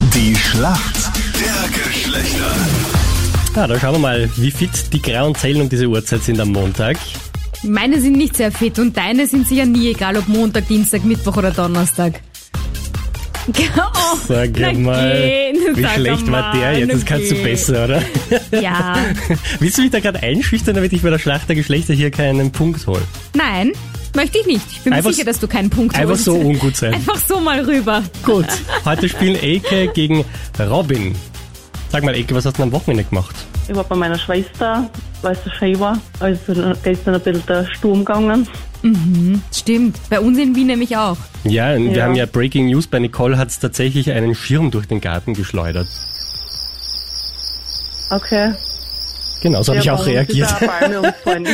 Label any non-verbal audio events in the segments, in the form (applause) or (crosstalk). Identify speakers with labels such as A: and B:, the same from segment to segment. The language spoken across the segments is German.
A: Die Schlacht der Geschlechter.
B: Ja, da schauen wir mal, wie fit die grauen Zellen um diese Uhrzeit sind am Montag.
C: Meine sind nicht sehr fit und deine sind sicher nie, egal ob Montag, Dienstag, Mittwoch oder Donnerstag. Oh,
B: (laughs) Sag
C: na
B: mal,
C: geh,
B: wie
C: sag
B: schlecht war
C: mal,
B: der jetzt? Das
C: na
B: kannst du
C: geh.
B: besser, oder? (laughs)
C: Ja.
B: Willst du mich da gerade einschüchtern, damit ich bei der Schlacht der Geschlechter hier keinen Punkt hole?
C: Nein, möchte ich nicht. Ich bin
B: Einfach
C: mir sicher,
B: so-
C: dass du keinen Punkt
B: Einfach
C: (laughs) holst.
B: so ungut sein.
C: Einfach so mal rüber.
B: Gut, heute spielen Eke gegen Robin. Sag mal, Eke, was hast du denn am Wochenende gemacht?
D: Ich war bei meiner Schwester, weil es so schön war. Also gestern ein bisschen der Sturm gegangen.
C: (laughs) Stimmt, bei uns in Wien nämlich auch.
B: Ja, und wir
D: Ja.
B: haben ja Breaking News, bei Nicole hat es tatsächlich einen Schirm durch den Garten geschleudert.
D: Okay.
B: Genau, so habe ich
D: Ja,
B: auch
D: warum ist
B: reagiert.
D: da eine Palme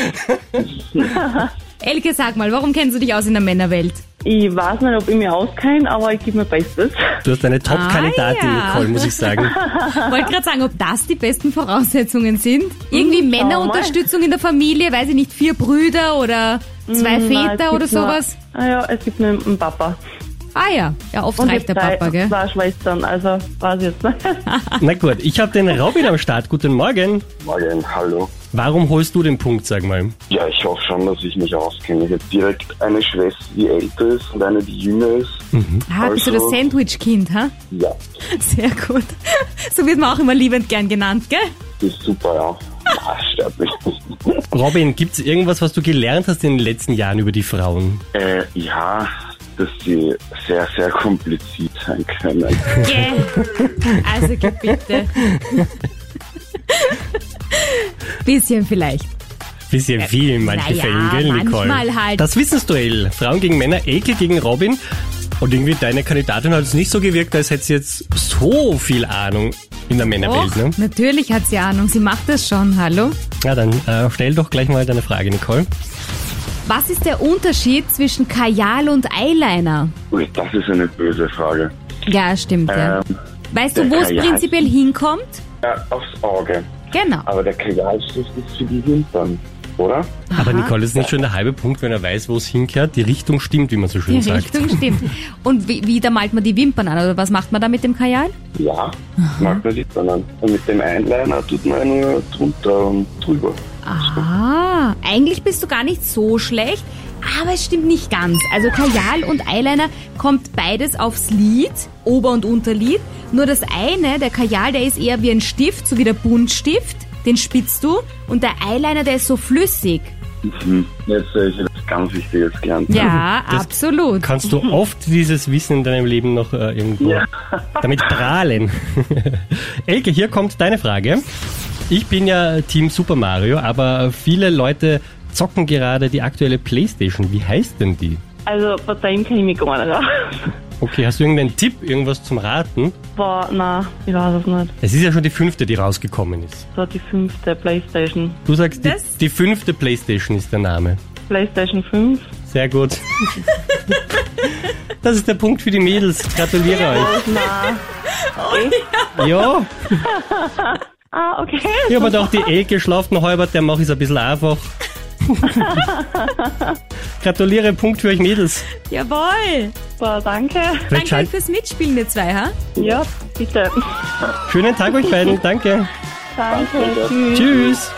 D: umgefallen?
C: Elke, sag mal, warum kennst du dich aus in der Männerwelt?
D: ich weiß nicht, ob ich mich auskenne, aber ich gebe mein Bestes.
B: Du hast eine Top-Kandidatin,
C: Ah, ja.
B: Nicole, muss ich
C: (laughs)
B: sagen.
C: Wollte gerade sagen, ob das die besten Voraussetzungen sind. Irgendwie
D: Mhm,
C: Männerunterstützung in der Familie, weiß ich nicht, vier Brüder oder zwei
D: Hm, Nein, es
C: Väter
D: gibt
C: oder
D: nur-
C: sowas.
D: Ah ja, es gibt nur einen Papa.
C: Ah ja, ja, oft
D: Und ich
C: reicht der
D: hab drei,
C: Papa, gell?
D: zwei Schwestern, also weiß ich
C: (laughs)
D: jetzt nicht.
B: Na gut, ich habe den Robin am Start. Guten Morgen.
E: Morgen, hallo.
B: Warum holst du den Punkt, sag mal?
E: Ja, ich hoffe schon, dass ich mich auskenne. Ich habe direkt eine Schwester, die älter ist und eine, die jünger ist.
C: Ah, bist du das
E: Also-
C: Sandwich-Kind, ha? (laughs)
E: Ja,
C: Sehr gut. So wird man auch immer liebend gern genannt, gell?
E: das ist super, ja. Ah,
C: (laughs)
E: stört mich.
B: Robin, gibt's irgendwas, was du gelernt hast in den letzten Jahren über die Frauen?
E: äh, ja, dass sie sehr, sehr kompliziert sein
C: (laughs)
E: können.
C: Gell? Also geh bitte. (laughs) Bisschen vielleicht.
B: Bisschen viel in manchen
C: na ja,
B: Fällen, gell, Nicole?
C: Äh, manchmal halt.
B: Das Wissensduell. Frauen gegen Männer, Ekel gegen Robin. Und irgendwie deine Kandidatin hat es nicht so gewirkt, als hätte sie jetzt so viel Ahnung in der Männerwelt,
C: Och,
B: ne?
C: natürlich hat sie Ahnung, sie macht das schon, hallo?
B: Ja, dann äh, stell doch gleich mal deine Frage, Nicole.
C: Was ist der Unterschied zwischen Kajal und Eyeliner?
E: Ui, das ist eine böse Frage.
C: Ja, stimmt, ja.
E: Ähm,
C: Weißt du,
E: der
C: wo es
E: Kajal.
C: prinzipiell hinkommt?
E: ja, aufs Auge.
C: Genau.
E: Aber der Kajalstift ist für die Hintern, oder?
B: Aber Nicole, das ist nicht schon der halbe Punkt, wenn er weiß, wo es hinkehrt. Die Richtung stimmt, wie man so schön
C: Die
B: sagt.
C: Richtung stimmt.
E: (laughs)
C: Und wie, wie da malt man die Wimpern an? Oder was macht man da mit dem Kajal?
E: Ja, mag man nicht, sondern mit dem Einliner tut man nur drunter und drüber.
C: Ah, eigentlich bist du gar nicht so schlecht, aber es stimmt nicht ganz. Also Kajal und Eyeliner kommt beides aufs Lid, Ober- und Unterlid. Nur das eine, der Kajal, der ist eher wie ein Stift, so wie der Buntstift. Den spitzt du. Und der Eyeliner, der ist so flüssig.
E: Hm. Jetzt habe ich etwas ganz Wichtiges gelernt.
C: Mhm. Ja,
B: Das-
C: absolut.
B: Kannst du oft dieses Wissen in deinem Leben noch äh, irgendwo
E: Ja.
B: damit prahlen? (laughs) Elke, hier kommt deine Frage. Ich bin ja Team Super Mario, aber viele Leute zocken gerade die aktuelle Playstation. Wie heißt denn die?
D: Also bei dem kenne ich mich gar nicht aus.
B: Okay, hast du irgendeinen Tipp, irgendwas zum Raten?
D: Boah, nein, ich weiß es nicht.
B: Es ist ja schon die fünfte, die rausgekommen ist.
D: So die fünfte Playstation.
B: Du sagst, die,
C: Das-
B: die fünfte Playstation ist der Name.
D: Playstation 5.
B: Sehr gut. Das ist der Punkt für die Mädels. Gratuliere
D: Nein.
B: euch. Ja,
D: Ah, okay.
B: ich habe doch die Elke schlaft noch halbert, der mache ich ein bisschen
C: (laughs)
B: einfach. Gratuliere, Punkt für euch Mädels.
C: (laughs) Jawohl.
D: Boah, danke.
C: Danke euch
B: Schalt-
C: fürs Mitspielen, ihr zwei, ha?
D: Ja, bitte.
B: Schönen Tag euch beiden, danke.
D: Danke.
B: Tschüss.